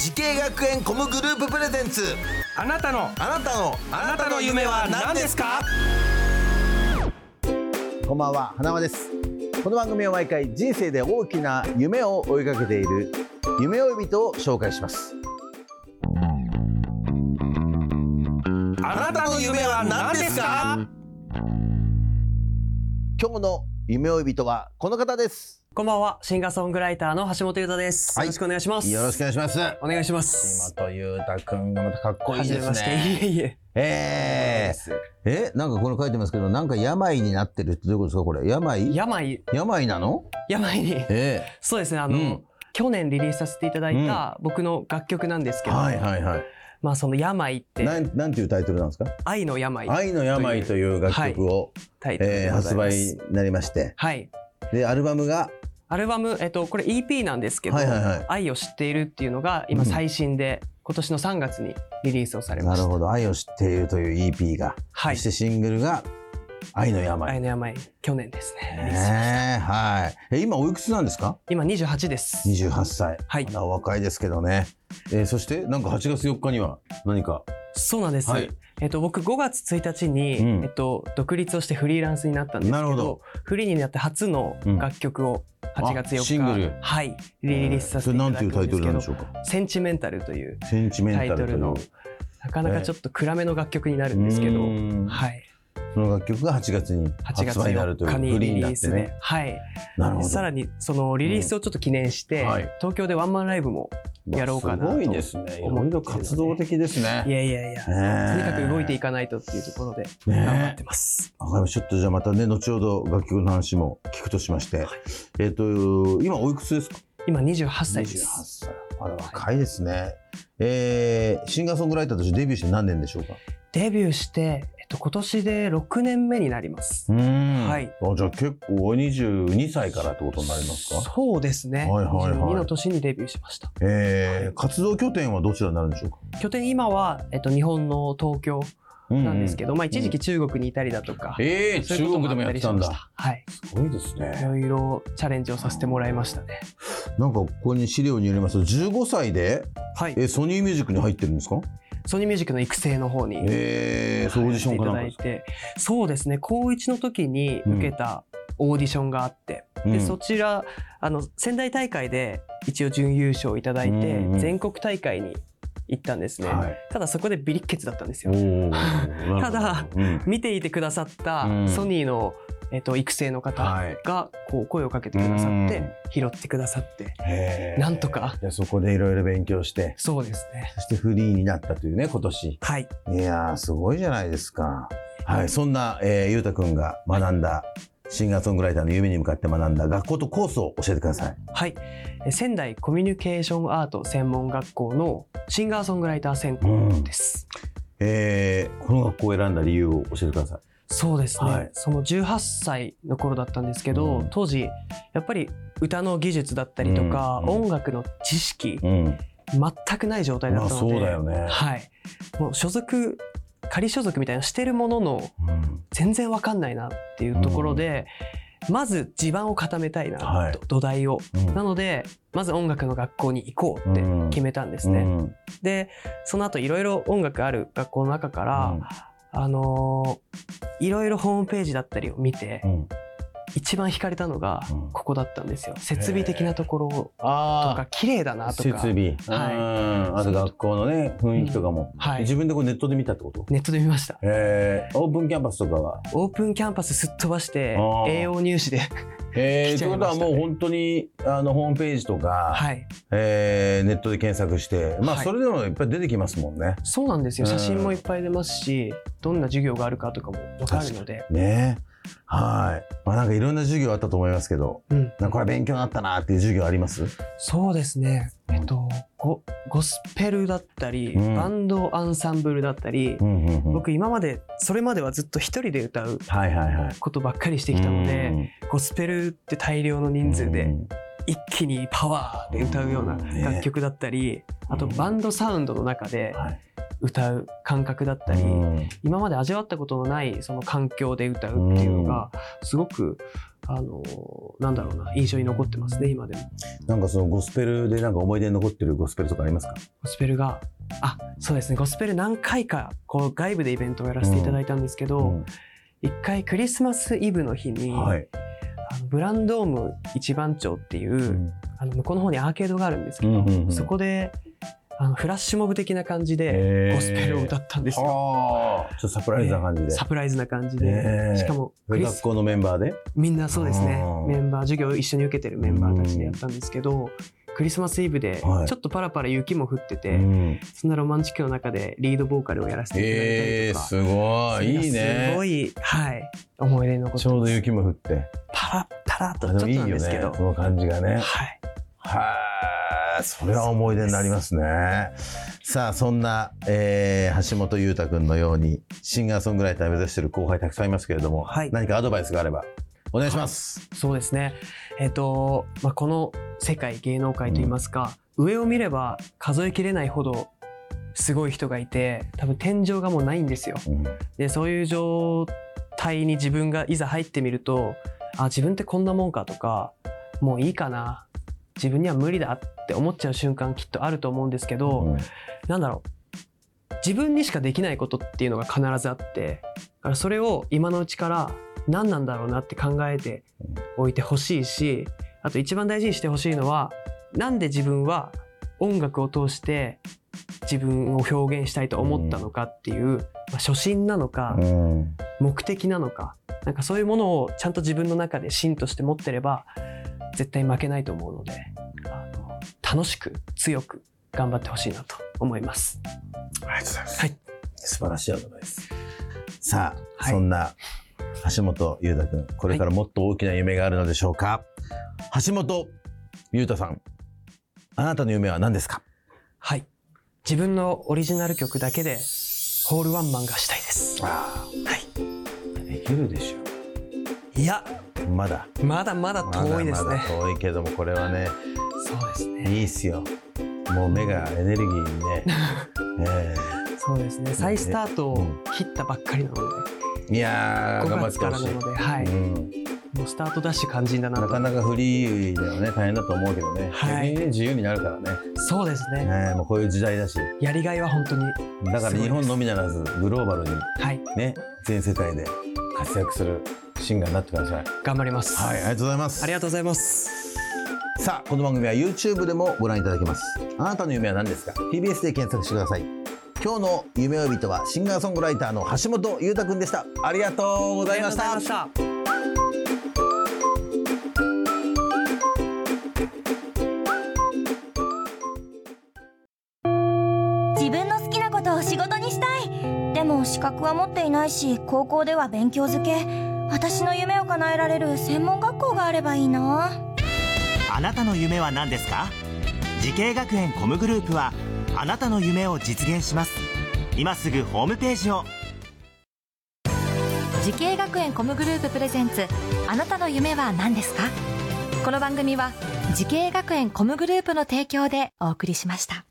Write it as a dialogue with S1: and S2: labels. S1: 時系学園コムグループプレゼンツ
S2: あなたの
S1: あなたのあ
S2: なたの夢は何ですか
S1: こんばんは花輪ですこの番組は毎回人生で大きな夢を追いかけている夢追い人を紹介します
S2: あなたの夢は何ですか
S1: 今日の夢追い人はこの方です
S3: こんばんは、シンガーソングライターの橋本優太です。
S1: はい
S3: よろしくお願いします。
S1: よろしくお願いします
S3: お願いします。
S1: 本裕太くんがまたかっこいいで
S3: は
S1: す
S3: じめま
S1: ね
S3: して。いえいえ。
S1: えー、えなんかこれ書いてますけどなんか病になってるってどういうことですかこれ病
S3: 病、
S1: 病なの
S3: 病に。
S1: え
S3: そうですね、あの、
S1: うん
S3: 去年リリースさせていただいた僕の楽曲なんです
S1: え
S3: けど、
S1: はいはいはい
S3: まあその病って、
S1: なんなんていうタイトルなんですか
S3: 愛の病
S1: 愛の病という楽曲を、
S3: タイトル
S1: え
S3: で
S1: ー
S3: ご
S1: 発
S3: ざいま
S1: 売
S3: す。
S1: になりまして
S3: はい。
S1: でアルバムが
S3: アルバム、えっと、これ EP なんですけど、
S1: はいはいはい
S3: 愛を知っているっていうのが今最新で、今年の3月にリリースをされま
S1: な
S3: し
S1: る
S3: た。
S1: ほど「愛を知っている」という EP が、
S3: はい
S1: そしてシングルが「愛の病
S3: 愛」の病、去年ですね。リリースしました
S1: ねえはいえ今おいくつなんですか
S3: 今28です。
S1: 28歳、
S3: はい
S1: まだお若いですけどね、えーそしてなんか8月4日には何か
S3: そうなんです、
S1: はい
S3: えっと、僕5月1日に、
S1: うん
S3: えっと、独立をしてフリーランスになったんですけ
S1: なるほ
S3: ど
S1: ど
S3: フリーになって初の楽曲を8月4日、
S1: あシングル
S3: はい、リリースさせ
S1: それ
S3: ていた
S1: なん
S3: だ
S1: てい
S3: くん
S1: うタイ
S3: で
S1: ト
S3: す
S1: ル
S3: け
S1: なん
S3: ど
S1: でしょうか
S3: 「センチメンタル」という
S1: センチメンタ
S3: タイ
S1: ルと
S3: ト
S1: い
S3: ル
S1: うの
S3: のなかなかちょっと暗めの楽曲になるんですけ
S1: う
S3: ど、
S1: ーん
S3: はい、
S1: その楽曲が8月に
S3: 8
S1: 発
S3: 月
S1: 売になるという
S3: 4日
S1: フ
S3: に
S1: リー
S3: リ
S1: に
S3: リ
S1: なっ
S3: ー
S1: て
S3: スで
S1: ね
S3: はい、
S1: なるほど
S3: さらにそのリリースをちょっと記念して、
S1: うんはい
S3: 東京でワンマンライブもやろうかなと
S1: すごいですねいろ
S3: 思
S1: い
S3: ってるので
S1: ろ活動的ですね
S3: いやいやいや、とにかく動いていかないとっていうところで
S1: ね
S3: 頑張ってます。
S1: わかりましたちょっとじゃあまたね後ほど楽曲の話も聞くとしまして、えっ、と今おいくつですか
S3: 今28歳で
S1: 28
S3: す。
S1: 歳あら若いですね、えーシンガーソングライターとしてデビューして何年でしょうか
S3: デビューして、えっと、今年で6年目になります。
S1: ん
S3: はい
S1: あじゃあ結構22歳からってことになりますか
S3: そうですね。
S1: はいはいはい
S3: 22の年にデビューしました。
S1: えー活動拠点はどちらになるんでしょうか
S3: 拠点今は、えっと、日本の東京なんですけ
S1: ど、
S3: ど、まあ一時期中国にいたりだとか、
S1: えー
S3: そういうこともあったりしました。はい。
S1: すごいです
S3: い
S1: ね
S3: ろいろチャレンジをさせてもらいましたね。
S1: なんかここに資料によりますと15歳で、
S3: はい
S1: え。ーソニーミュージックに入ってるんですか
S3: ソニーミュージックの育成の方に。
S1: えー、そうオーディションかなんか
S3: や
S1: で
S3: らせ
S1: す
S3: ていただいてそうですね高1の時に受けたオーディションがあって、
S1: うん
S3: でそちらあの仙台大会で一応準優勝いただいて、
S1: うんうん
S3: 全国大会に行ったんですね、
S1: はい
S3: ただそこでビリッケツだったんです
S1: お
S3: よ
S1: ーなるほど
S3: ただ
S1: うん
S3: 見ていてくださった
S1: うん
S3: ソニーの、えっと育成の方
S1: はい
S3: がこう声をかけてくださって、
S1: うん
S3: 拾ってくださって
S1: へー
S3: なんとか
S1: じゃあそこでいろいろ勉強して
S3: そうですね
S1: そしてフリーになったというね今年
S3: はい
S1: いやーすごいじゃないですか。はい、そんな、えー、ゆうたくんが学んだシンガーソングライターの夢に向かって学んだ学校とコースを教えてください。
S3: はいえ仙台コミュニケーションアート専門学校のシンガーソングライター専攻です、
S1: えー、この学校を選んだ理由を教えてください。
S3: そうですね、
S1: はい
S3: その18歳の頃だったんですけど、
S1: うん
S3: 当時やっぱり歌の技術だったりとか、
S1: うんうん
S3: 音楽の知識
S1: うん、
S3: 全くない状態だ
S1: ま
S3: っ
S1: あ
S3: たの
S1: そう
S3: で、
S1: だよね。
S3: はい、もう所属仮所属みたいなのしてるものの
S1: うん
S3: 全然わかんないなっていうところで、まず地盤を固めたいな、
S1: はい
S3: と土台を。
S1: うん
S3: なのでまず音楽の学校に行こうって決めたんですね。
S1: うん
S3: でその後いろいろ音楽ある学校の中から、あのーいろいろホームページだったりを見て、
S1: うんうん
S3: 一番惹かれたのが
S1: うん
S3: ここだったんですよ。設備的なところと
S1: あ
S3: か綺麗だ
S1: あ
S3: なと
S1: 設
S3: か、
S1: 備、
S3: はい
S1: うんあと学校のね雰囲気とかも、
S3: はい
S1: 自分でこうネットで見たってこと、
S3: ネットで見ました。
S1: えー、オープンキャンパスとかは
S3: オープンキャンパスすっ飛ばして
S1: あー
S3: 栄養入 試で、
S1: えー、と
S3: 来ち
S1: いうこ
S3: ゃい
S1: と
S3: ま
S1: は
S3: したね
S1: もう本当にあのホームページとか、
S3: はい、
S1: えーネットで検索して、まあ、
S3: はい
S1: それでもいっぱい出てきますもんね。
S3: そうなんですよ。写真もいっぱい出ますし、どんな授業があるかとかもわかるので、
S1: ねはい。まあなんかいろんな授業あったと思いますけど、
S3: うん、
S1: なんかこれ勉強になったなっていう授業あります
S3: そうですねえっとゴゴスペルだったり、
S1: うん
S3: バンドアンサンブルだったり、
S1: うんうんうん。はい
S3: 僕今までそれまではずっと一人で歌う
S1: はいはい。
S3: ことばっかりしてきたので、ゴスペルって大量の
S1: うん、
S3: 人数
S1: う
S3: で
S1: ん
S3: 一気にパワーで歌うような
S1: ね
S3: 楽曲だったり、あとバンドサウンドの中で
S1: はい
S3: 歌う感覚だったり、
S1: うん
S3: 今まで味わったことのないその環境で歌うっていうのがすごく、あのなんだろうな印象に残ってますね今でも。
S1: なんかそのゴスペルでなんか思い出に残ってるゴスペルとかありますか
S3: ゴスペルがあそうですねゴスペル何回かこう外部でイベントをやらせていただいたんですけど一、回クリスマスイブの日に、
S1: うんはい。
S3: あのブランドーム一番町っていう、あの向こうの方にアーケードがあるんですけど、
S1: うんうんうん
S3: そこであのフラッシュモブ的な感じ
S1: へ
S3: で
S1: ー
S3: ゴスペルを歌ったんですよ。
S1: はあ。ちょっとサプライズな感じで。
S3: サプライズな感じ
S1: へー
S3: でしかもクリ
S1: 学
S3: ス
S1: 校のメンバーで。
S3: みんなそうですね
S1: あー
S3: メンバー授業を一緒に受けてるメンバーたちでやったんですけどクリスマスイブで
S1: はい
S3: ちょっとパラパラ雪も降ってて、
S1: うん
S3: そんなロマンチックの中でリードボーカルをやらせていただいたり
S1: え
S3: と
S1: ー、
S3: か、
S1: すごい。いい
S3: すご
S1: ね。
S3: い、はい、思い出に残ってます
S1: ちょうど雪も降って。
S3: パラパラっと
S1: あ
S3: ちょ
S1: で
S3: っと
S1: もいい
S3: な
S1: よ
S3: んですけ
S1: ね
S3: ど。
S1: この感じがね。
S3: はい、
S1: はあ、それは思い出になりますね。さあ、そんな、えー橋本裕太君のように、シンガーソングライターを目指してる後輩たくさんいますけれども、
S3: はい
S1: 何かアドバイスがあれば、お願いします。
S3: そうですね。えっ、と、まあ、この世界芸能界といいますか、上を見れば数えきれないほどすごい人がいて、多分天井がもうないんですよ。
S1: うん
S3: で、そういう状態に自分がいざ入ってみると、あ、自分ってこんなもんかとか、もういいかな。自分には無理だって思っちゃう瞬間きっとあると思うんですけど、
S1: うん
S3: なんだろう自分にしかできないことっていうのが必ずあってだからそれを今のうちから何なんだろうなって考えておいてほしいしあと一番大事にしてほしいのはなんで自分は音楽を通して自分を表現したいと思ったのかっていう、まあ、初心なのか
S1: うん
S3: 目的なのかなんかそういうものをちゃんと自分の中で芯として持ってれば絶対負けないと思うのであの楽しく強く頑張ってほしいなと思います。
S1: ありがとうございます。
S3: はい
S1: 素晴らしいアドバイス。さあ、
S3: はい
S1: そんな橋本裕太君、これからもっと大きな夢があるのでしょうか。橋本裕太さん、あなたの夢は何ですか
S3: はい。自分のオリジナル曲だけでホールワンマンがしたいです。
S1: あ
S3: はい。
S1: あ、できるでし
S3: いや、
S1: ょ。まだ。
S3: まだまだ遠いですね。
S1: まだまだ遠いけども、これはね、
S3: そうです
S1: い
S3: ね。
S1: いっすよ。もう目がエネルギーに ね。え
S3: そうですね。再スタートを切ったばっかりなので、
S1: えいやー、
S3: 5
S1: 頑張っ
S3: 月
S1: て
S3: か
S1: ほ
S3: ら
S1: し
S3: なので、はい。
S1: い。うん
S3: もうスタートダッシュ肝心だな
S1: なか
S3: と。
S1: なかフリーではね大変だと思うけどね、
S3: はい
S1: 逆にね自由になるからね、
S3: そうですね。
S1: ええもうこういう時代だし
S3: やりがいは本当に、
S1: だから日本のみならずグローバルに
S3: はい。
S1: ね全世界で活躍するシンガーになってください
S3: 頑張ります。
S1: はいありがとうございます
S3: ありがとうございます。
S1: さあこの番組は YouTube でもご覧いただけますあなたの夢は何ですか TBS で検索してください今日の夢呼びとはシンガーソングライターの橋本裕太くんでしたありがとうございまし
S3: ありがとう
S1: た
S3: ございました。
S4: 自分の好きなことを仕事にしたいでも資格は持っていないし高校では勉強づけ私の夢を叶えられる専門学校があればいいな
S5: あなたの夢は何ですか時系学園コムグループはあなたの夢を実現します今すぐホームページを
S6: 時系学園コムグループプレゼンツあなたの夢は何ですかこの番組は時系学園コムグループの提供でお送りしました